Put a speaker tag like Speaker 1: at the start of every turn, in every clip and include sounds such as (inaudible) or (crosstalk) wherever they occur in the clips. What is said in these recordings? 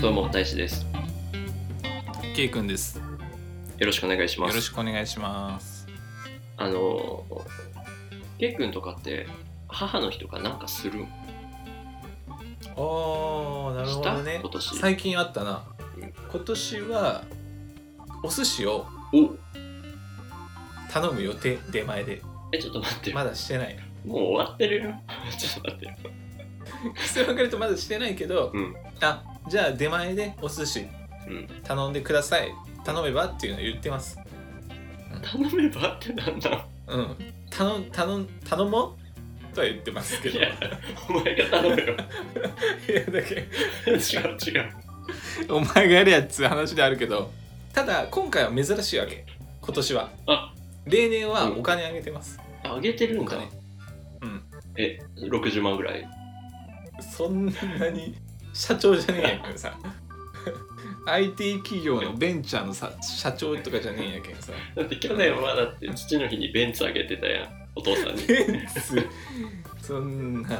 Speaker 1: どうも大志です。
Speaker 2: ケイくんです。よ
Speaker 1: よろしくお願いしま
Speaker 2: ろ
Speaker 1: す
Speaker 2: し。くお願いします。
Speaker 1: あのー、ケイ君とかって母の日とかなんかするん
Speaker 2: おー、なるほど
Speaker 1: した
Speaker 2: ね
Speaker 1: 今。年
Speaker 2: 最近あったな
Speaker 1: うん。
Speaker 2: 今年は、お寿司を
Speaker 1: お
Speaker 2: 頼む予定、出前で。
Speaker 1: えちょっと待ってよ、
Speaker 2: まだしてない。
Speaker 1: もう終わってるよ。 (laughs) ちょっと待ってよ。
Speaker 2: それ分かるとまだしてないけど、
Speaker 1: うん
Speaker 2: あ、じゃあ出前でお寿司
Speaker 1: うん、
Speaker 2: 頼んでください。頼めばっていうのを言ってます。
Speaker 1: 頼めばってなんだ (laughs)
Speaker 2: うん。頼ん、頼ん、頼もうとは言ってますけ
Speaker 1: い
Speaker 2: ど。
Speaker 1: や、お前が頼めよ。 (laughs)
Speaker 2: いやだけ
Speaker 1: 違う違う。
Speaker 2: どお前がやるやつう話であるけど、ただ今回は珍しいわけ。今年は。
Speaker 1: あ
Speaker 2: 例年は
Speaker 1: うん
Speaker 2: お金あげてます。
Speaker 1: あげてるん
Speaker 2: お
Speaker 1: だ
Speaker 2: 金。うん
Speaker 1: え、60万ぐらい。
Speaker 2: そんなに社長じゃねえやけんさ (laughs) IT 企業のベンチャーのさ社長とかじゃねえやけんさ
Speaker 1: だって去年はだって父の日にベンツあげてたやん、お父
Speaker 2: (laughs)
Speaker 1: さんに。
Speaker 2: ベンツそんな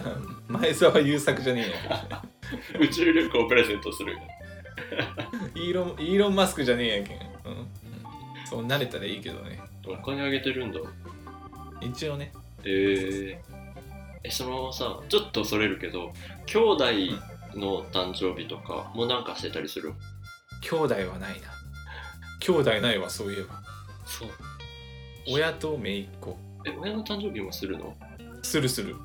Speaker 2: 前澤友作じゃねえや
Speaker 1: 宇宙旅行をプレゼントする。
Speaker 2: けんイーロンイーロン・マスクじゃねえやけん、うん、そう慣れたらいいけどね
Speaker 1: お金あげてるんだ。
Speaker 2: 一応ね
Speaker 1: えー、えそのさちょっとそれるけど兄弟の誕生日とかもなんかしてたりする
Speaker 2: 兄弟はないな兄弟ないわそういえば
Speaker 1: そう
Speaker 2: 親と姪っ子
Speaker 1: え親の誕生日もするのめっ
Speaker 2: するする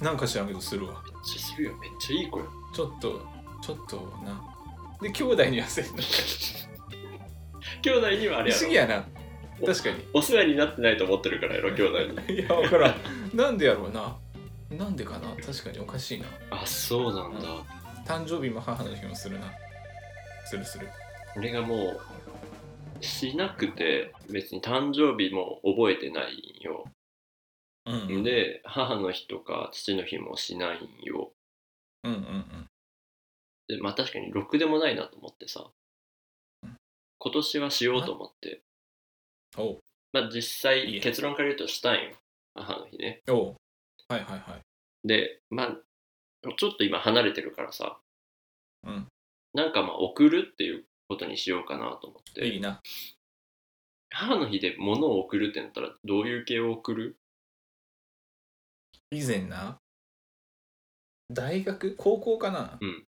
Speaker 2: なんか知らんけどするわ
Speaker 1: ちゃするよめっちゃいい子よ
Speaker 2: ちょっとちょっとなで兄弟にはせんの
Speaker 1: 兄弟にはあれ
Speaker 2: 不
Speaker 1: や
Speaker 2: 思議
Speaker 1: ろ
Speaker 2: やな確かに
Speaker 1: お世話になってないと思ってるからやろ兄弟に
Speaker 2: いや分からんなんでやろうななんでかな確かにおかしいな
Speaker 1: (laughs) あそうなんだ
Speaker 2: 誕生日も母の日もするなするする
Speaker 1: 俺がもうしなくて別に誕生日も覚えてないんよ
Speaker 2: うんうんうん
Speaker 1: で母の日とか父の日もしないんよ
Speaker 2: うんうん
Speaker 1: でまあ確かにろくでもないなと思ってさ
Speaker 2: うん
Speaker 1: 今年はしようと思って
Speaker 2: おう
Speaker 1: まあ実
Speaker 2: いい
Speaker 1: 際
Speaker 2: え
Speaker 1: 結論から言うとしたんよ母の日ね
Speaker 2: おうはいはいはい
Speaker 1: でまあちょっと今離れてるからさ、
Speaker 2: うん
Speaker 1: なんかまあ送るっていうことにしようかなと思って
Speaker 2: いいな
Speaker 1: 母の日で物を送るってなったらどういう系を送る
Speaker 2: 以前な大学高校かな、
Speaker 1: うん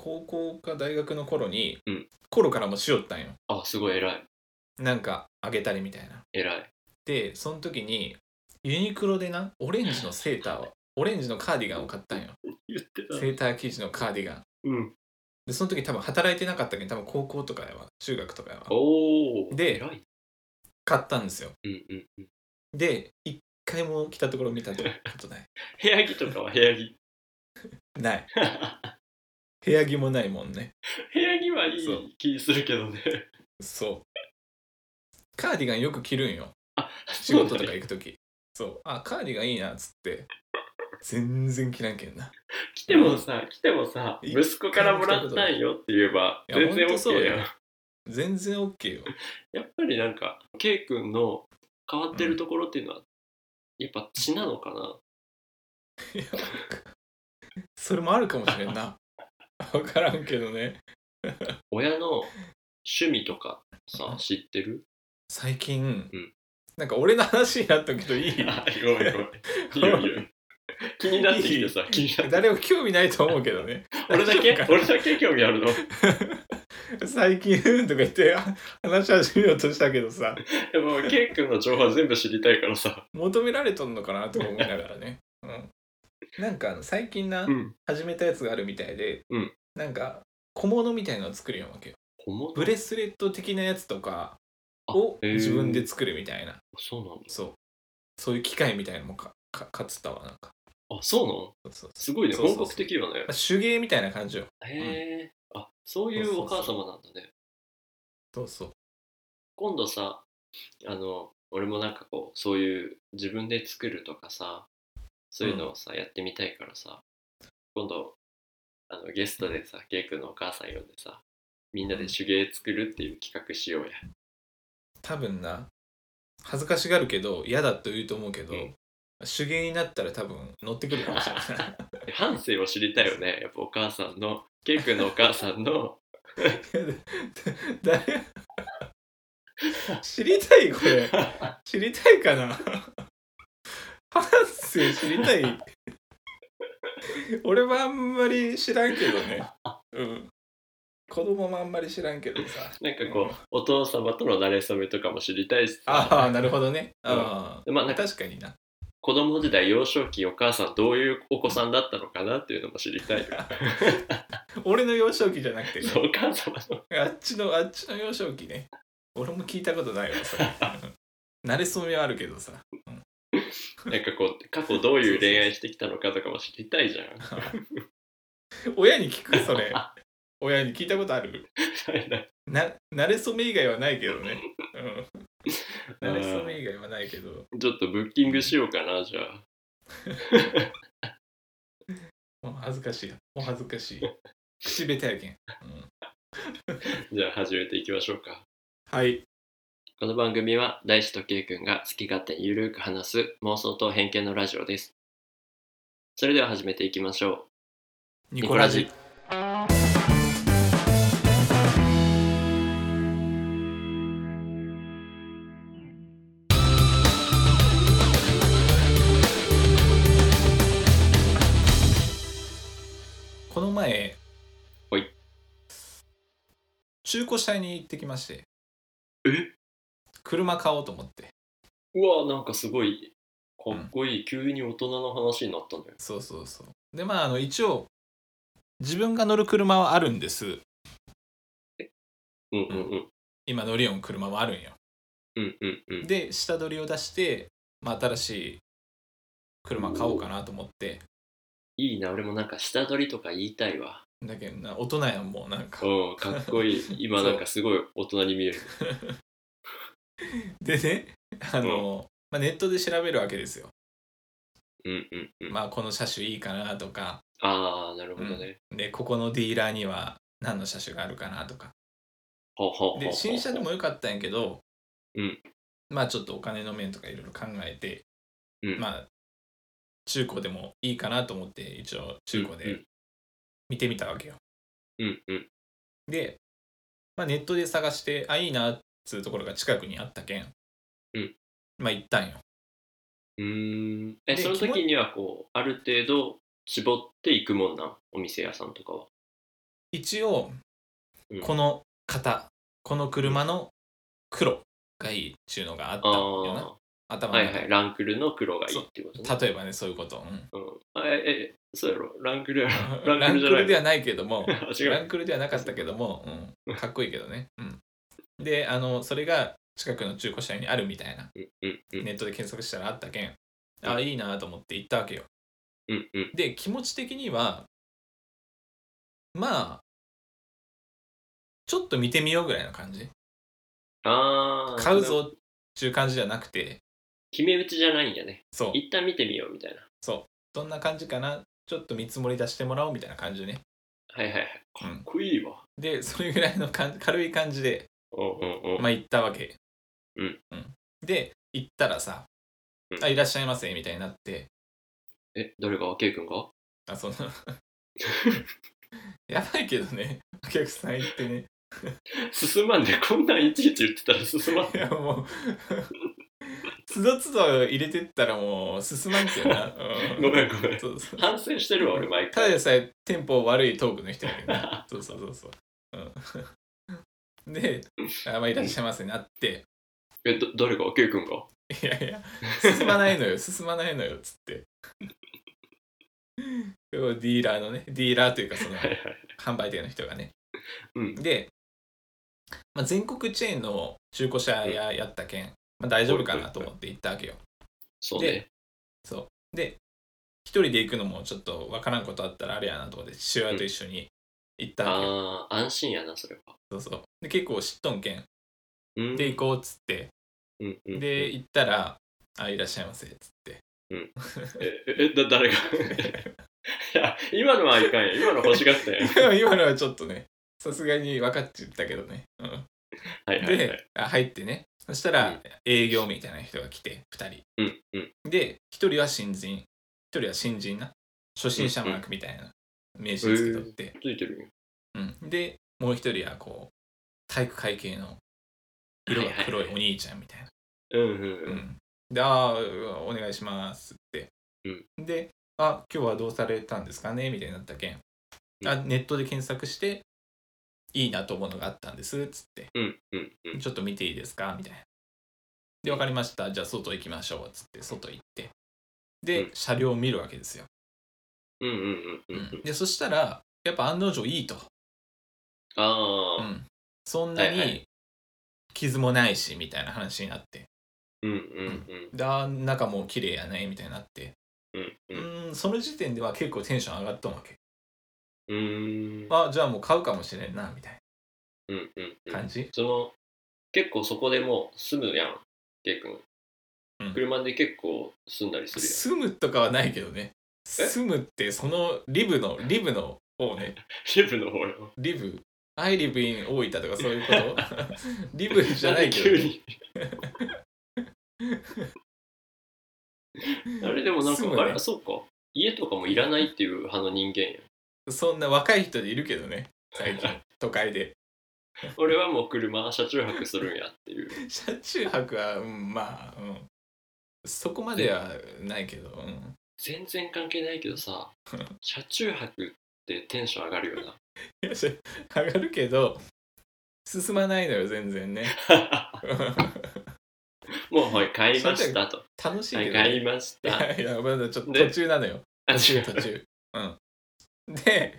Speaker 2: 高校か大学の頃に、
Speaker 1: うん
Speaker 2: 頃からもしよったんよ
Speaker 1: あすごい偉い
Speaker 2: なんかあげたりみたいな
Speaker 1: 偉い
Speaker 2: でその時にユニクロでなオレンジのセーターをオレンジのカーディガンを買ったんよ
Speaker 1: 言ってた
Speaker 2: セーター生地のカーディガン
Speaker 1: うん
Speaker 2: でその時多分働いてなかったけど多分高校とかやわ中学とかやわ
Speaker 1: おお
Speaker 2: で
Speaker 1: 偉い
Speaker 2: 買ったんですよ
Speaker 1: うんうんうん
Speaker 2: で一回も着たところ見たことない
Speaker 1: 部屋着とかは部屋着
Speaker 2: ない部屋着もないもんね
Speaker 1: 部屋着はい
Speaker 2: そう
Speaker 1: い気するけどね
Speaker 2: そうカーディガンよく着るんよ
Speaker 1: あ
Speaker 2: 仕事とか行く時そうあカーディガンいいなっつって全然着らんけんな
Speaker 1: 来てもさ来てもさ
Speaker 2: い
Speaker 1: 息子からもらったんよって言えば
Speaker 2: いや
Speaker 1: 全然
Speaker 2: ほんとそう
Speaker 1: OK
Speaker 2: よ
Speaker 1: やん
Speaker 2: 全然 OK よ
Speaker 1: やっぱりなんか、ケイ君の変わってるところっていうのは、やっぱ血なのかな。
Speaker 2: いやそれもあるかもしれ
Speaker 1: (laughs)
Speaker 2: んな分からんけどね
Speaker 1: 親の趣味とかさ、知ってる
Speaker 2: 最近、
Speaker 1: ん
Speaker 2: なんか俺の話になったけどいい
Speaker 1: あごめんご
Speaker 2: (laughs)
Speaker 1: めん。いいよいいよ気になってきてさ、気になって。
Speaker 2: 誰も興味ないと思うけどね
Speaker 1: 俺だ
Speaker 2: (laughs) 大丈
Speaker 1: け
Speaker 2: 夫か
Speaker 1: 俺だけ興味あるのや
Speaker 2: 最近うんとか言ってあ話し始めようとしたけどさ
Speaker 1: っぱケイ君の情報は全部知りたいからさ。
Speaker 2: 求められとんのかなとか思いながらね、うん、なんかあの最近な、
Speaker 1: うん。
Speaker 2: 始めたやつがあるみたいで、
Speaker 1: うん
Speaker 2: なんか小物みたいなのを作るようなわけよ
Speaker 1: 小物
Speaker 2: ブレスレット的なやつとかを
Speaker 1: あへー
Speaker 2: 自分で作るみたいな、
Speaker 1: そうなの
Speaker 2: そうそういう機械みたいなのもかかかつたわなんか
Speaker 1: あ、そうなの
Speaker 2: そうそうそう
Speaker 1: すごいね。
Speaker 2: そうそう
Speaker 1: 本
Speaker 2: そ
Speaker 1: 格
Speaker 2: う
Speaker 1: 的よね
Speaker 2: まあ。手芸みたいな感じよ
Speaker 1: へえ。あ、そういうお母様なんだね。
Speaker 2: そうそう
Speaker 1: 今度さあの俺もなんかこうそういう自分で作るとかさそういうのをさ、やってみたいからさ今度あのゲストでさケイ君のお母さん呼んでさみんなで手芸作るっていう企画しようや
Speaker 2: 多分な恥ずかしがるけど嫌だと言うと思うけど、
Speaker 1: うん (laughs)
Speaker 2: 手芸になったら多分乗ってくるかもしれない
Speaker 1: 半生を知りたいよねやっぱお母さんのケイ君のお母さんの
Speaker 2: 誰知りたいこれ知りたいかな反省知りたい俺はあんまり知らんけどねうん子供もあんまり知らんけどさ
Speaker 1: なんかこうお父様との馴れ初めとかも知りたいしさ
Speaker 2: ああなるほどねあ
Speaker 1: でまあ
Speaker 2: あ
Speaker 1: なんか
Speaker 2: 確かにな
Speaker 1: 子供時代幼少期お母さんどういうお子さんだったのかなっていうのも知りたいよ
Speaker 2: (laughs) 俺の幼少期じゃなくてね
Speaker 1: そうお母様の
Speaker 2: あっちのあっちの幼少期ね俺も聞いたことないわそ (laughs) れうん慣れそめはあるけどさ
Speaker 1: なんかこう過去どういう恋愛してきたのかとかも知りたいじゃん
Speaker 2: 親に聞くそ (laughs) れ親に聞いたことあるな慣れそめ以外はないけどね、うん、慣れそめ以外はないけど
Speaker 1: ちょっとブッキングしようかなじゃ
Speaker 2: (laughs)
Speaker 1: あ
Speaker 2: もう恥ずかしいお恥ずか (laughs) しい口下手やけん、うん
Speaker 1: じゃあ始めていきましょうか
Speaker 2: はい
Speaker 1: この番組は大志とけいくんが好き勝手にゆるーく話す妄想と偏見のラジオですそれでは始めていきましょう
Speaker 2: ニコラジこの前
Speaker 1: ほい
Speaker 2: 中古車屋に行ってきまして
Speaker 1: え
Speaker 2: 車買おうと思って
Speaker 1: うわなんかすごいかっこいい、急に大人の話になったね
Speaker 2: そうそうそうでまああの一応自分が乗る車はあるんです
Speaker 1: うんうんうん
Speaker 2: 今乗りよん車もあるんよ
Speaker 1: うんうんうん
Speaker 2: で下取りを出して、まあ、新しい車買おうかなと思って
Speaker 1: いいな俺もなんか下取りとか言いたいわ
Speaker 2: だけどな大人やんもうなんか
Speaker 1: うんかっこいい今なんかすごい大人に見える
Speaker 2: でねあの、まあ、ネットで調べるわけですよ、
Speaker 1: うんうんうん、
Speaker 2: まあ、この車種いいかなとか
Speaker 1: ああなるほどね、
Speaker 2: でここのディーラーには何の車種があるかなとか
Speaker 1: ほうほうほうほう
Speaker 2: で新車でもよかったんやけど、
Speaker 1: うん
Speaker 2: まあちょっとお金の面とかいろいろ考えて、
Speaker 1: うん
Speaker 2: まあ中古でもいいかなと思って一応中古
Speaker 1: うんう
Speaker 2: で
Speaker 1: ん
Speaker 2: 見てみたわけよ、
Speaker 1: うんうん
Speaker 2: で、まあ、ネットで探してあいいなっつうところが近くにあったけん、
Speaker 1: うん
Speaker 2: まあ行ったんよ
Speaker 1: うーんえ
Speaker 2: で
Speaker 1: その
Speaker 2: 基
Speaker 1: 時
Speaker 2: 本
Speaker 1: にはこうある程度絞っていくもんなんお店屋さんとかは
Speaker 2: 一応
Speaker 1: うん
Speaker 2: この型、この車の黒がいいっちゅうのがあったんよな
Speaker 1: ああー
Speaker 2: 頭の
Speaker 1: は
Speaker 2: 中
Speaker 1: いはいランクルの黒がいいってことね
Speaker 2: 例えばねそういうこと、うん
Speaker 1: うんあええそうやろランクルやろ
Speaker 2: ラ
Speaker 1: ラン
Speaker 2: ン
Speaker 1: クルじゃ
Speaker 2: ク
Speaker 1: な
Speaker 2: ル
Speaker 1: い
Speaker 2: ではないけども
Speaker 1: あ違
Speaker 2: ラ
Speaker 1: う
Speaker 2: ンクルではなかったけども、うん、かっこいいけどね、うん、であのそれが近くの中古車屋にあるみたいな
Speaker 1: うんうんうん
Speaker 2: ネットで検索したらあったけんあいいなと思って行ったわけよ
Speaker 1: うんうん
Speaker 2: で気持ち的にはまあちょっと見てみようぐらいの感じ
Speaker 1: ああ
Speaker 2: 買うぞっていう感じじゃなくて
Speaker 1: 決め打ちじゃないんやね
Speaker 2: そう
Speaker 1: 一旦見てみようみたいな
Speaker 2: そうどんな感じかなちょっと見積もり出してもらおうみたいな感じね
Speaker 1: はいはいはいか
Speaker 2: うん
Speaker 1: っこいいわ
Speaker 2: でそれぐらいの感じ軽い感じで
Speaker 1: うんうんうん
Speaker 2: まあ行ったわけ。
Speaker 1: うん
Speaker 2: で、行ったらさ、
Speaker 1: うん
Speaker 2: あ、いらっしゃいませ、みたいになって、
Speaker 1: え誰がケイ君が (laughs)
Speaker 2: あ、その、やばいけどね、お客さん行ってね、
Speaker 1: 進まんでこんなんいちいち言ってたら進まん
Speaker 2: いやもう、つどつど入れてったらもう進まんけどな。う
Speaker 1: ごめんごめん
Speaker 2: そうそう
Speaker 1: 反省してるわ俺毎
Speaker 2: ただ
Speaker 1: 回
Speaker 2: でさえテンポ悪いトークの人やけどね。そうそうそうそう。うん、 (laughs) で、あまあ、いらっしゃいませになって、
Speaker 1: えど誰がケイ
Speaker 2: (laughs)
Speaker 1: 君が
Speaker 2: いやいや、進まないのよ、進まないのよ、つって。ディーラーのね、ディーラーというか、その
Speaker 1: はいはい
Speaker 2: 販売店の人がね。
Speaker 1: うん
Speaker 2: で、まあ、全国チェーンの中古車屋やったけん、まあ、大丈夫かなと思って行ったわけよ。
Speaker 1: そうね
Speaker 2: そう。で、一人で行くのもちょっとわからんことあったらあれやなと思って、父親と一緒に行ったわけよ。
Speaker 1: ああ、安心やな、それは。
Speaker 2: そうそう。で、結構知っとんけん。
Speaker 1: うん
Speaker 2: で、行こうっつって。
Speaker 1: うんうん、
Speaker 2: で、行ったら、あ、いらっしゃいませ、つって。
Speaker 1: え、え、だ
Speaker 2: (laughs)
Speaker 1: 誰がいや、今のはいかんや。今の欲しがったやん。
Speaker 2: (laughs) 今のはちょっとねさすがに分かっちゃったけどね、う
Speaker 1: はい
Speaker 2: ん、
Speaker 1: はい、はい。
Speaker 2: であ入ってねそしたら、
Speaker 1: うん
Speaker 2: 営業みたいな人が来て2
Speaker 1: う
Speaker 2: 人
Speaker 1: んうん。
Speaker 2: で1人は新人1人は新人な初心者マークみたいな名刺つけとって、
Speaker 1: ついてるよ。
Speaker 2: うん、でもう一人はこう体育会系の色が黒いお兄ちゃんみたいな。
Speaker 1: うんうんう
Speaker 2: うんん、で「あーお願いします」って、で「あ今日はどうされたんですかね?」みたいになったけん、あネットで検索して「いいなと思うのがあったんです」っつって
Speaker 1: うんうんう
Speaker 2: 「
Speaker 1: ん
Speaker 2: ちょっと見ていいですか?」みたいな。で「分かりましたじゃあ外行きましょう」っつって外行って
Speaker 1: う
Speaker 2: で車両を見るわけですよ、
Speaker 1: うんうんうんうんう
Speaker 2: うん
Speaker 1: ん
Speaker 2: でそしたらやっぱ案の定いいと、う
Speaker 1: ああ
Speaker 2: ん、そんな
Speaker 1: はいはい
Speaker 2: に傷もないしみたいな話になって
Speaker 1: うんうん
Speaker 2: であー中も綺麗やねみたいになって
Speaker 1: うんう
Speaker 2: うんーんその時点では結構テンション上がったわけ
Speaker 1: うんうんうん
Speaker 2: あじゃあもう買うかもしれんなみたい
Speaker 1: うんうんう
Speaker 2: なん感じ、
Speaker 1: その結構そこでもう住むやんケイ君、
Speaker 2: うん
Speaker 1: 車で結構住んだりするやん
Speaker 2: 住むとかはないけどね住むってそのリブのリブの方ね
Speaker 1: シェフの方よ
Speaker 2: リブアイリブイン大分とかそういうことリブじゃないけ
Speaker 1: んで
Speaker 2: どね、 (laughs)
Speaker 1: 急にあれでもなんか、
Speaker 2: 住むね
Speaker 1: あれそうか家とかもいらないっていう派の人間や
Speaker 2: そんな若い人でいるけどね最近都会で
Speaker 1: ん俺はもう車車中泊するんやっていう
Speaker 2: 車中泊は、うん、まあ、うん、そこまではないけど、うん、
Speaker 1: 全然関係ないけどさ車中泊ってテンション上がるよない
Speaker 2: やし上がるけど進まないのよ全然ね (laughs)
Speaker 1: もうはい帰りましたと。
Speaker 2: 楽しい
Speaker 1: は
Speaker 2: け
Speaker 1: い
Speaker 2: どね、
Speaker 1: 帰りまし
Speaker 2: い (laughs)
Speaker 1: た。
Speaker 2: やいやまだちょっと
Speaker 1: で
Speaker 2: 途中なのよ
Speaker 1: あ
Speaker 2: 途
Speaker 1: 違
Speaker 2: 中
Speaker 1: う
Speaker 2: 途中 (laughs) うんで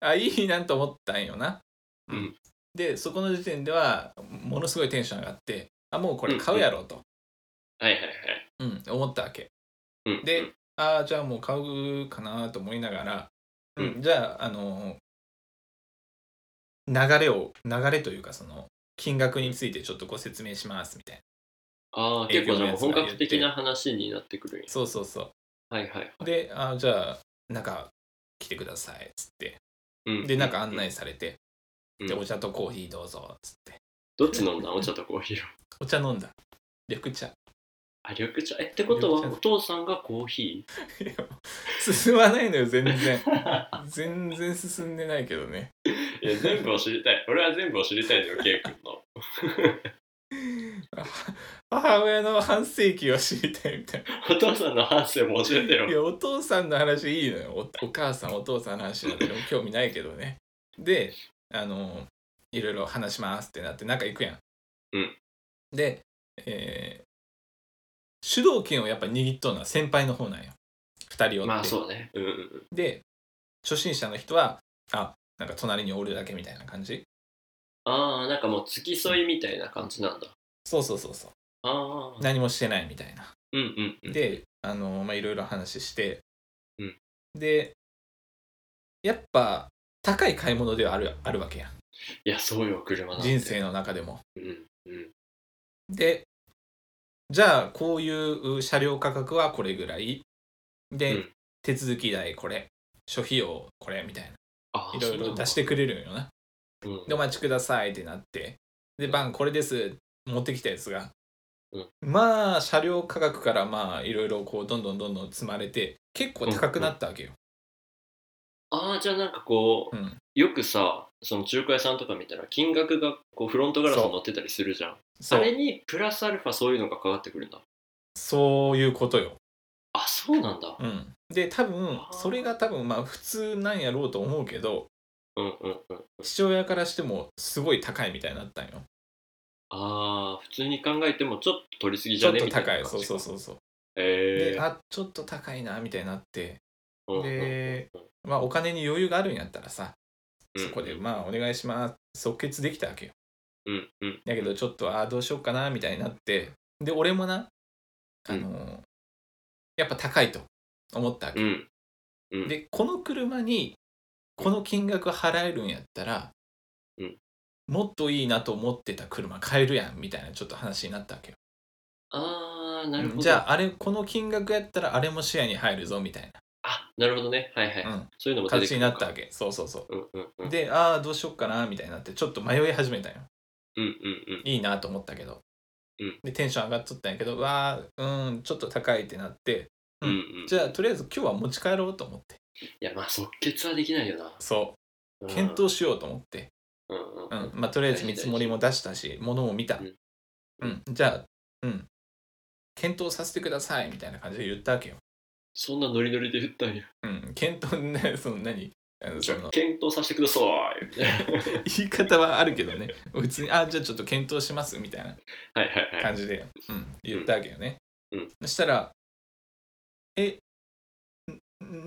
Speaker 2: あいいなと思ったんよな、
Speaker 1: うん
Speaker 2: でそこの時点ではものすごいテンション上がってあもうこれ買うやろうと、
Speaker 1: はいはいはい。
Speaker 2: うん思ったわけ
Speaker 1: うん、
Speaker 2: でああじゃあもう買うかなと思いながら、
Speaker 1: うん
Speaker 2: うんじゃああの流れを流れというかその金額についてちょっとご説明しますみたいな
Speaker 1: ああ、
Speaker 2: 営
Speaker 1: 結構
Speaker 2: 業の
Speaker 1: で
Speaker 2: や
Speaker 1: も
Speaker 2: つが
Speaker 1: 本
Speaker 2: 言って
Speaker 1: 格的な話になってくるんや。
Speaker 2: そうそうそ
Speaker 1: はいはいは
Speaker 2: う
Speaker 1: い。
Speaker 2: であーじゃあ中来てくださいっつって
Speaker 1: うん
Speaker 2: でなんか案内されて
Speaker 1: うん
Speaker 2: でお茶とコーヒーどうぞっつって
Speaker 1: どっち飲んだお茶とコーヒーを。
Speaker 2: お茶飲んだ緑茶い
Speaker 1: あ、緑茶。え、ってことは
Speaker 2: 緑
Speaker 1: お
Speaker 2: 茶
Speaker 1: 父さんがコーヒ
Speaker 2: や進まないのよ全
Speaker 1: (laughs)
Speaker 2: 然
Speaker 1: ー
Speaker 2: (laughs)
Speaker 1: い
Speaker 2: 全然進んでないけどね
Speaker 1: や、全部を知りたい。俺は全部を知りたいのよ、ケイ君
Speaker 2: (laughs)
Speaker 1: の。
Speaker 2: あ母親の半世紀を知りたいみたい
Speaker 1: (laughs) お父さんの反省も教えて
Speaker 2: な
Speaker 1: よ。
Speaker 2: いやお父さんの話いいのよおお母さんお父さんの話なんて興味ないけどねであのいろいろ話しますってなって中行くやん、
Speaker 1: うん
Speaker 2: で、えー主導権をやっぱ握っとるのは先輩の方なんよ二人
Speaker 1: (laughs)
Speaker 2: を
Speaker 1: まあそうね。うんうんうん。
Speaker 2: で初心者の人はあなんか隣におるだけみたいな感じ
Speaker 1: ああ、なんかもう付き添いみたいな感じなんだ。
Speaker 2: そうそうそうそう
Speaker 1: ああ。
Speaker 2: 何もしてないみたいな
Speaker 1: うんうんうん。
Speaker 2: であのまあいろいろ話して、
Speaker 1: うん
Speaker 2: でやっぱ高い買い物ではあるあるわけやん
Speaker 1: いや、そうよ、車なんて。
Speaker 2: 人生の中でも
Speaker 1: うんうん。
Speaker 2: でじゃあこういう車両価格はこれぐらいで、
Speaker 1: うん
Speaker 2: 手続き代これ諸費用これみたい
Speaker 1: あ
Speaker 2: な
Speaker 1: あ、
Speaker 2: いろいろ出してくれるんよな
Speaker 1: そうなんだ。うん
Speaker 2: で、お待ちくださいってなって、で、バン、これです、持ってきたやつが。
Speaker 1: うん
Speaker 2: まあ、車両価格から、まあ、いろいろ、こう、どんどんどんどん積まれて、結構高くなったわけよ。
Speaker 1: ああじゃあなんかこう、
Speaker 2: うん
Speaker 1: よくさその中華屋さんとか見たら金額がこうフロントガラスに乗ってたりするじゃん
Speaker 2: そ
Speaker 1: あ
Speaker 2: う
Speaker 1: れにプラスアルファそういうのがかかってくるんだ
Speaker 2: そういうことよ。
Speaker 1: あそうなんだ
Speaker 2: うん。で、多分
Speaker 1: あ、ー
Speaker 2: それが多分、まあ、普通なんやろうと思うけど、
Speaker 1: うんうんうん
Speaker 2: 父親からしても、すごい高いみたいになったんよ。
Speaker 1: ああ普通に考えてもちょっと取りすぎじ
Speaker 2: ちょ
Speaker 1: ゃ
Speaker 2: っ
Speaker 1: ね
Speaker 2: と
Speaker 1: みたいな
Speaker 2: 高
Speaker 1: 感
Speaker 2: い、
Speaker 1: じ
Speaker 2: そうそうそうそう。
Speaker 1: へ
Speaker 2: で、
Speaker 1: え
Speaker 2: あ、ちょっと高いな、みたいになって、
Speaker 1: うんうんうん
Speaker 2: でまあ、お金に余裕があるんやったらさ、
Speaker 1: うん
Speaker 2: そこで、まあ、お願いします。即決できたわけよ。
Speaker 1: うんうん
Speaker 2: だけどちょっとああどうしようかなみたいになってで俺もなあのー、やっぱ高いと思ったわけ、
Speaker 1: うんうん
Speaker 2: でこの車にこの金額払えるんやったら、
Speaker 1: うん
Speaker 2: もっといいなと思ってた車買えるやんみたいなちょっと話になったわけよ
Speaker 1: ああなるほど
Speaker 2: じゃああれこの金額やったらあれも視野に入るぞみたい
Speaker 1: あなるほどねはいはい、
Speaker 2: な、うん、
Speaker 1: そういうのも出て
Speaker 2: 形
Speaker 1: く
Speaker 2: に
Speaker 1: る
Speaker 2: な
Speaker 1: の
Speaker 2: った
Speaker 1: か
Speaker 2: わけそうそうそ
Speaker 1: う
Speaker 2: う
Speaker 1: んうんうん
Speaker 2: でああどうしようかなみたいになってちょっと迷い始めたよ
Speaker 1: うんうんうん
Speaker 2: いいなと思ったけど、
Speaker 1: うん
Speaker 2: でテンション上がっとったんやけどうわーうんちょっと高いってなって
Speaker 1: うんうん
Speaker 2: じゃあとりあえず今日は持ち帰ろうと思って
Speaker 1: いやまあ即決はできないよな
Speaker 2: そ
Speaker 1: うん
Speaker 2: 検討しようと思って、
Speaker 1: うんう
Speaker 2: うん
Speaker 1: うん
Speaker 2: んまあ、とりあえず見積もりも出したし物も見た、
Speaker 1: うん
Speaker 2: うん、じゃあ、うん、検討させてくださいみたいな感じで言ったわけよ、
Speaker 1: そんなノリノリで言ったんや
Speaker 2: うん、検討ねその何あの
Speaker 1: (laughs)
Speaker 2: その
Speaker 1: 検討させてくださいみたいな
Speaker 2: 言い方はあるけどね普通にあじゃあちょっと検討しますみたいな
Speaker 1: はいはいはい
Speaker 2: 感じで、うん、言ったわけよね、
Speaker 1: うん
Speaker 2: そしたらえん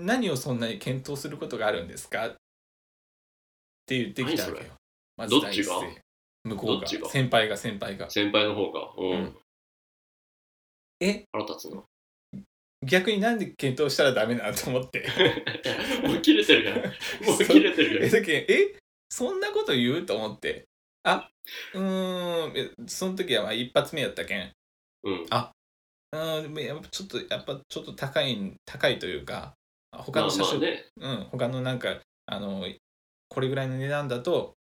Speaker 2: 何をそんなに検討することがあるんですかって言ってきたわけよまず
Speaker 1: どっ
Speaker 2: 第
Speaker 1: ち
Speaker 2: 一
Speaker 1: が
Speaker 2: 声向こう
Speaker 1: どっ
Speaker 2: が
Speaker 1: ちが
Speaker 2: 先輩が先輩が
Speaker 1: 先輩の方がうん、
Speaker 2: うんえ
Speaker 1: 腹立
Speaker 2: (laughs)
Speaker 1: つの (laughs)
Speaker 2: 逆になんで検討したらダメなのと思って
Speaker 1: もう切れてるやん
Speaker 2: (laughs)
Speaker 1: もう切れてる
Speaker 2: え
Speaker 1: やん
Speaker 2: だけえそんなこと言うと思ってあうーんえその時はまあ一発目やったけん
Speaker 1: うん
Speaker 2: うーんでもやっぱちょっとやっぱちょっと高いん高いというか他
Speaker 1: まあ
Speaker 2: の車
Speaker 1: まあ
Speaker 2: 種
Speaker 1: ね
Speaker 2: うん、他のなんかあのこれぐらいの値段だと、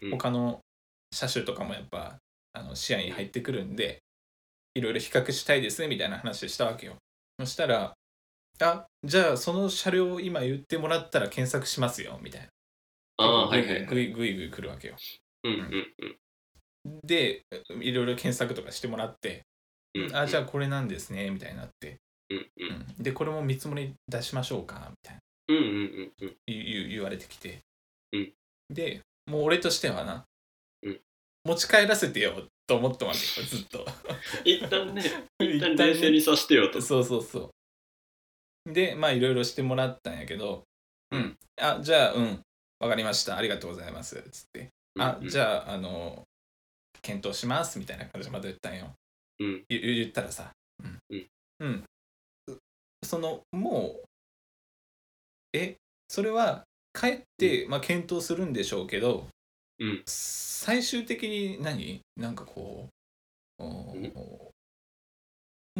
Speaker 1: うん
Speaker 2: 他の車種とかもやっぱあの視野に入ってくるんでいろいろ比較したいですねみたいな話をしたわけよそしたら「あじゃあその車両を今言ってもらったら検索しますよ」みたい
Speaker 1: あ
Speaker 2: な
Speaker 1: あはいはいはい
Speaker 2: グイグイグイ来るわけよ
Speaker 1: うんうんうん
Speaker 2: でいろいろ検索とかしてもらって「
Speaker 1: うん
Speaker 2: あじゃあこれなんですね」みたいになって、
Speaker 1: うんう
Speaker 2: うんん、でこれも見積もり出しましょうかみたいな
Speaker 1: うんうんうんうん
Speaker 2: 言う言う言われてきて、
Speaker 1: うん
Speaker 2: でもう俺としてはな、
Speaker 1: うん
Speaker 2: 持ち帰らせてよと思った
Speaker 1: (laughs)
Speaker 2: わけよずっと
Speaker 1: 一旦
Speaker 2: (laughs)
Speaker 1: ね一
Speaker 2: 一
Speaker 1: 旦
Speaker 2: 旦ね
Speaker 1: 冷静にさせてよと
Speaker 2: そうそうそうでまあいろいろしてもらったんやけど「
Speaker 1: うん
Speaker 2: あじゃあうんわかりましたありがとうございます」つって「あじ
Speaker 1: ゃ
Speaker 2: ゃああの検討します」みたいな感じでまた言ったんよ
Speaker 1: うん
Speaker 2: 言言ったらさ、うん
Speaker 1: うん
Speaker 2: うんそのもうえそれは帰って、まあ、検討するんでしょうけど、
Speaker 1: うん
Speaker 2: 最終的に何なんかこうおー
Speaker 1: ん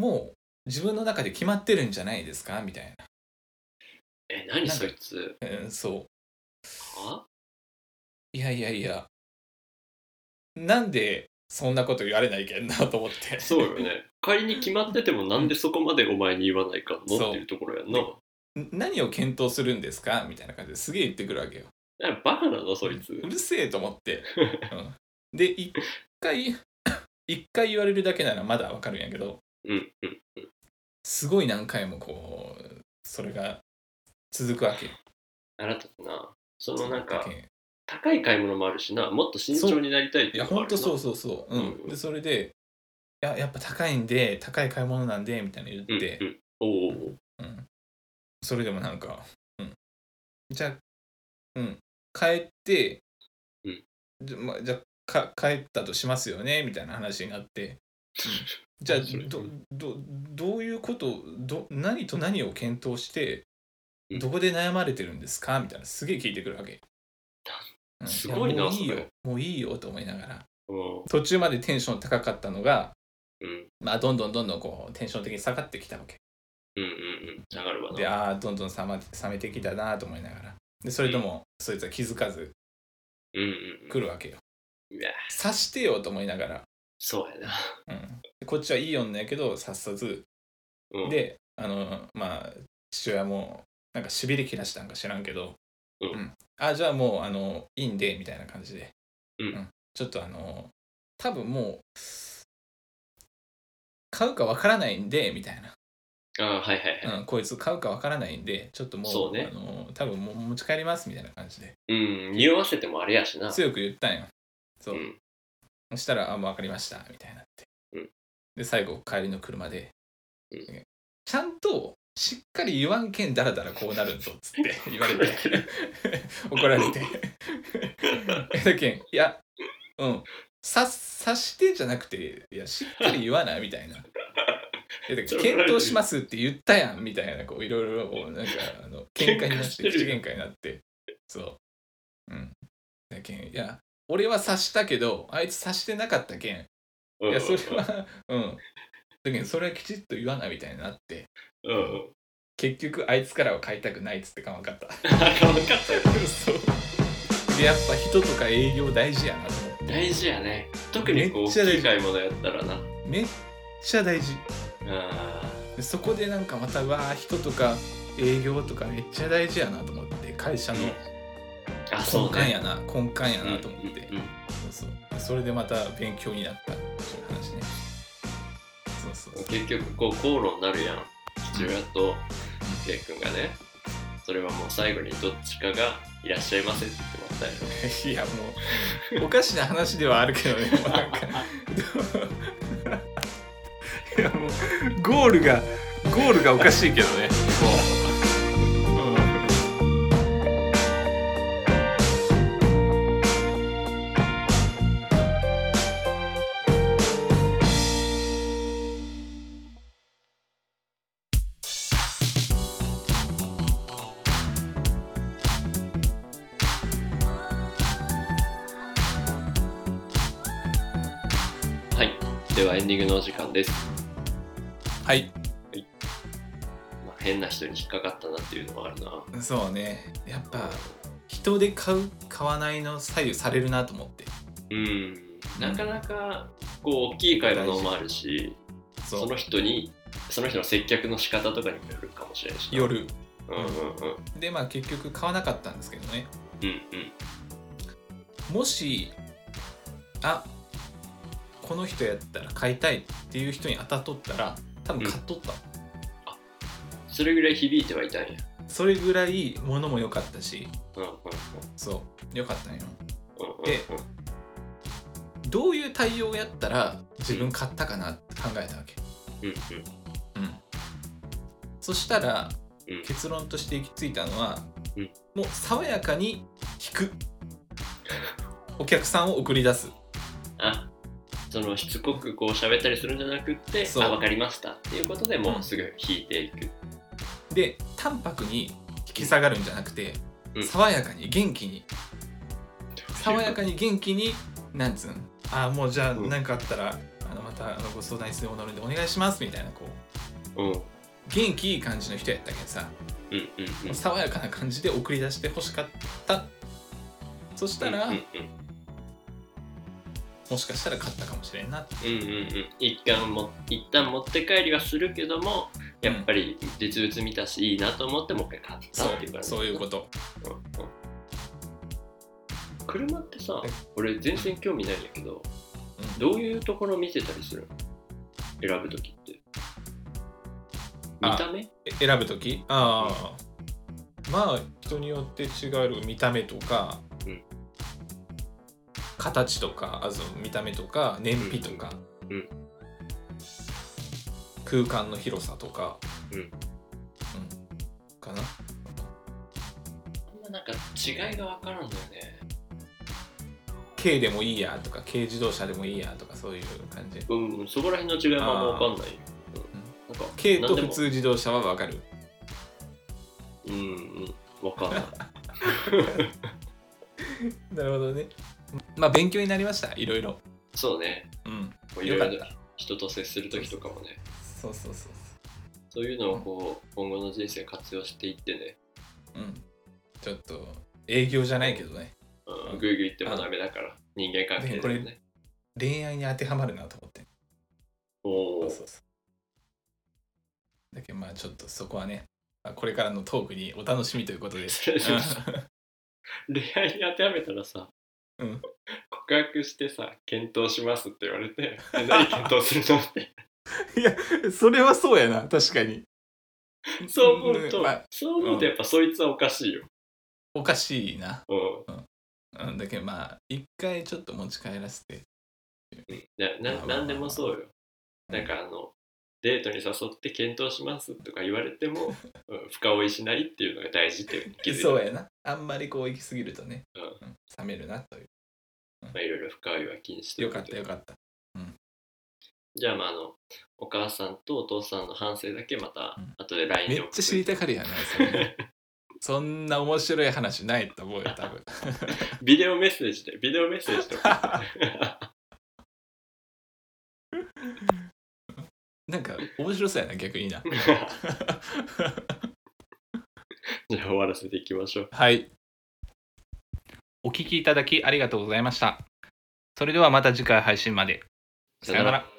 Speaker 2: もう自分の中で決まってるんじゃないですかみたい
Speaker 1: え何
Speaker 2: なんか
Speaker 1: そいつ
Speaker 2: な、うん、そう
Speaker 1: はい
Speaker 2: やいやいやなんでそんなこと言われないけんなと思って
Speaker 1: そう
Speaker 2: (laughs)
Speaker 1: よね仮に決まっててもなんでそこまでお前に言わないかんの
Speaker 2: そう
Speaker 1: っていうところやんな
Speaker 2: 何を検討するんですかみたいな感じですげえ言ってくるわけよ
Speaker 1: なんかバカなのそいつ
Speaker 2: うるせえと
Speaker 1: (laughs)
Speaker 2: 思って、うんで一回 (coughs) 一回言われるだけならまだわかるんやけど
Speaker 1: うんうん
Speaker 2: すごい何回もこうそれが続くわけよ
Speaker 1: あなたなそのなん
Speaker 2: だ
Speaker 1: か
Speaker 2: け
Speaker 1: 高い買い物もあるしなもっと慎重になりたいっ
Speaker 2: い
Speaker 1: てい
Speaker 2: や
Speaker 1: うのもあ
Speaker 2: ほん
Speaker 1: るな
Speaker 2: とそうそうそう、うん
Speaker 1: うんうん
Speaker 2: でそれでいややっぱ高いんで高い買い物なんでみたいな言
Speaker 1: うん
Speaker 2: って、
Speaker 1: うんおうおう
Speaker 2: うんそれでもなんか、うん、じゃあ、うん、帰って、
Speaker 1: うん
Speaker 2: じゃ,、まあ、じゃあか帰ったとしますよねみたいな話になって、うんじゃあ
Speaker 1: それ
Speaker 2: どどどういうことど何と何を検討して
Speaker 1: うん
Speaker 2: どこで悩まれてるんですかみたいなすげえ聞いてくるわけ。うん
Speaker 1: すごいな
Speaker 2: やもういい
Speaker 1: そ
Speaker 2: よ
Speaker 1: れ
Speaker 2: もういいよと思いながら
Speaker 1: おう
Speaker 2: 途中までテンション高かったのが、
Speaker 1: うん
Speaker 2: まあ、どんどんどんどんこうテンション的に下がってきたわけ。
Speaker 1: うんうんうん下がるわ
Speaker 2: で
Speaker 1: な
Speaker 2: ああどんどん冷,、ま、冷めてきたなと思いながらでそれともそいつは気づかず
Speaker 1: うんうんうん
Speaker 2: 来るわけよ
Speaker 1: いや
Speaker 2: 察してよと思いながら、
Speaker 1: そうやな
Speaker 2: うん、でこっちはいい女やけど察さず
Speaker 1: うん
Speaker 2: であのまあ父親もなんかしびれ切らしたんか知らんけど、
Speaker 1: うん
Speaker 2: あじゃあもうあのいいんでみたいな感じで、
Speaker 1: うん
Speaker 2: ちょっとあの多分もう買うかわからないんでみたいな
Speaker 1: あはいはいはい
Speaker 2: うん、こいつ買うかわからないんでちょっともう
Speaker 1: そうね
Speaker 2: あの多分もう持ち帰りますみたいな感じで
Speaker 1: うん匂わせてもあれやしな
Speaker 2: 強く言ったんよそう、
Speaker 1: うん
Speaker 2: そしたら「あもう分かりました」みたいになって、
Speaker 1: うん
Speaker 2: で最後帰りの車で、
Speaker 1: うん
Speaker 2: ちゃんとしっかり言わんけんだらだらこうなるぞっつ
Speaker 1: (laughs)
Speaker 2: って言われて (laughs) 怒られてだけんいやうんさ察してじゃなくていやしっかり言わなみ
Speaker 1: (laughs)
Speaker 2: たいな。いやだから検討しますって言ったやんみたいなこういろいろこうなんかあ
Speaker 1: (laughs)
Speaker 2: の喧嘩にな
Speaker 1: 喧嘩
Speaker 2: っ
Speaker 1: して
Speaker 2: て
Speaker 1: る
Speaker 2: 口喧嘩になってそううんだけんいや俺は察したけどあいつ察してなかったけん
Speaker 1: うん
Speaker 2: いやそれ
Speaker 1: は
Speaker 2: はうんだけどそれはきちっと言わないみたいになって
Speaker 1: うんうん
Speaker 2: 結局あいつからは買いたくないっつってかわかった
Speaker 1: あかわかったよ
Speaker 2: そう (laughs) でやっぱ人とか営業大事やなと思って
Speaker 1: 大事やね特にこう
Speaker 2: めっちゃ大
Speaker 1: 大
Speaker 2: 事
Speaker 1: きい買い物やったらな
Speaker 2: めっちゃ大事
Speaker 1: うん
Speaker 2: でそこでなんかまたわあ人とか営業とかめっちゃ大事やなと思って会社の
Speaker 1: あ
Speaker 2: 根
Speaker 1: そう
Speaker 2: 幹
Speaker 1: ね
Speaker 2: やな、根幹やなと思って、
Speaker 1: うんうんうん
Speaker 2: そうそうそれでまた勉強になったっていう話ねそうそうそう
Speaker 1: 結局こう口論になるやん父親と圭君がねそれはもう最後にどっちかが「いらっしゃいませ」って言ってもらったんやろ
Speaker 2: いやもうおかしな話ではあるけどねもうなんかいやもうゴールがゴールがおかしいけどねもう、
Speaker 1: はいではエンディングのお時間です、
Speaker 2: はい
Speaker 1: まあ、変な人に引っかかったなっていうのもあるな
Speaker 2: そうねやっぱ人で買う買わないの左右されるなと思って
Speaker 1: うんなかなかこう大きい買い物もあるし
Speaker 2: そ
Speaker 1: そうの人にその人の接客の仕方とかにもよるかもしれないしな
Speaker 2: 夜
Speaker 1: うんうんうん
Speaker 2: でまあ結局買わなかったんですけどね
Speaker 1: うんうん
Speaker 2: もしあこの人やったら買いたいっていう人に当たっとったら多分買っとった、
Speaker 1: それぐらい響いてはいたんや
Speaker 2: それぐらい物も良かったし
Speaker 1: うんうんうん
Speaker 2: そう良かったんよ
Speaker 1: うんうんうん
Speaker 2: でどういう対応をやったら自分買ったかなって考えたわけ、
Speaker 1: うん
Speaker 2: うん、そしたら
Speaker 1: うんうん
Speaker 2: 結論として行き着いたのは、
Speaker 1: うん
Speaker 2: もう爽やかに引くお客さんを送り出す
Speaker 1: あそのしつこくこう喋ったりするんじゃなくって
Speaker 2: そう
Speaker 1: あ分かりましたっていうことでもうすぐ引いていく、
Speaker 2: で淡白に引き下がるんじゃなくて、
Speaker 1: うん
Speaker 2: 爽やかに元気に爽やかに元気になんつうんああもうじゃあ
Speaker 1: うん
Speaker 2: 何かあったら、あのまたあのご相談室に戻るんでお願いしますみたいなこう
Speaker 1: うんうん
Speaker 2: 元気いい感じの人やったけどさ、
Speaker 1: うんうん
Speaker 2: 爽やかな感じで送り出してほしかったそしたら、
Speaker 1: うんうん
Speaker 2: もしかしたら勝ったかもしれんな
Speaker 1: うんうんうん一旦も一旦持って帰りはするけどもやっぱり実物見たしいいなと思ってもう一回買った
Speaker 2: そう
Speaker 1: っていう感じ
Speaker 2: そういうこと
Speaker 1: うんうん車ってさ俺全然興味ないんだけど
Speaker 2: うん
Speaker 1: どういうところ見てたりするの選ぶ時って
Speaker 2: あ
Speaker 1: 見た目
Speaker 2: え選ぶ時ああまあ人によって違う見た目とか、
Speaker 1: うん
Speaker 2: 形とかあそう見た目とか燃費とか、
Speaker 1: うんうん
Speaker 2: 空間の広さとか、
Speaker 1: うん
Speaker 2: うんかな
Speaker 1: あんまなんか違いが分からんのよね
Speaker 2: 軽でもいいやとか軽自動車でもいいやとかそういう感じ
Speaker 1: うん、そこら辺の違いはあんま分かんないよ。うんなんか
Speaker 2: 軽と
Speaker 1: 何で
Speaker 2: 普
Speaker 1: も
Speaker 2: 通自動車はわかる
Speaker 1: うんうん、分かん (laughs) ない。
Speaker 2: なるほどねまあ勉強になりましたいろいろ
Speaker 1: そうね、
Speaker 2: うん
Speaker 1: こういろ
Speaker 2: よ
Speaker 1: い
Speaker 2: か
Speaker 1: ろ
Speaker 2: った
Speaker 1: 人と接する時とかもね、
Speaker 2: そうそうそう
Speaker 1: そういうのをこう今後の人生活用していってね、
Speaker 2: そううんちょっと営業じゃないけどね
Speaker 1: うん、ぐいぐい行ってもダメだから、人間関係でもね。
Speaker 2: 恋愛に当てはまるなと思って
Speaker 1: おお、
Speaker 2: だけどまあちょっとそこはねまあこれからのトークにお楽しみということで
Speaker 1: それでもさ恋愛に当てはめたらさ、
Speaker 2: うん
Speaker 1: 告白してさ、検討しますって言われて、え何検討するの
Speaker 2: (laughs)
Speaker 1: って。
Speaker 2: うん (laughs) それはそうやな確かに
Speaker 1: そう思うと、
Speaker 2: んまあ
Speaker 1: そう思うとやっぱそいつはおかしいよ。
Speaker 2: おかしいな、
Speaker 1: うん
Speaker 2: うん、だけどまあ一回ちょっと持ち帰らせて
Speaker 1: なななんでもそうよ。なんかあのデートに誘って検討しますとか言われても、うん、深追いしないっていうのが大事っていうのに気づいた
Speaker 2: そうやなあんまりこう行き過ぎるとね、
Speaker 1: うん
Speaker 2: うん冷めるなという
Speaker 1: まあ、いろいろ深追いは禁止とい
Speaker 2: よ
Speaker 1: うこ
Speaker 2: か
Speaker 1: と
Speaker 2: っ
Speaker 1: で
Speaker 2: たよかった
Speaker 1: じゃあまああのお母さんとお父さんの反省だけまた
Speaker 2: うん
Speaker 1: 後で LINE
Speaker 2: めっ
Speaker 1: で送
Speaker 2: ちゃ知り
Speaker 1: て、
Speaker 2: たがるやなそれ
Speaker 1: (laughs)
Speaker 2: そんな面白い話ないと思うよ多分
Speaker 1: ビデオメッセージでビデオメッセージと
Speaker 2: (laughs)
Speaker 1: か
Speaker 2: (laughs) なんか面白そうやな逆にな (laughs)
Speaker 1: じゃあ終わらせていきましょう
Speaker 2: はい。お聞きいただきありがとうございました。それではまた次回配信まで。さようなら。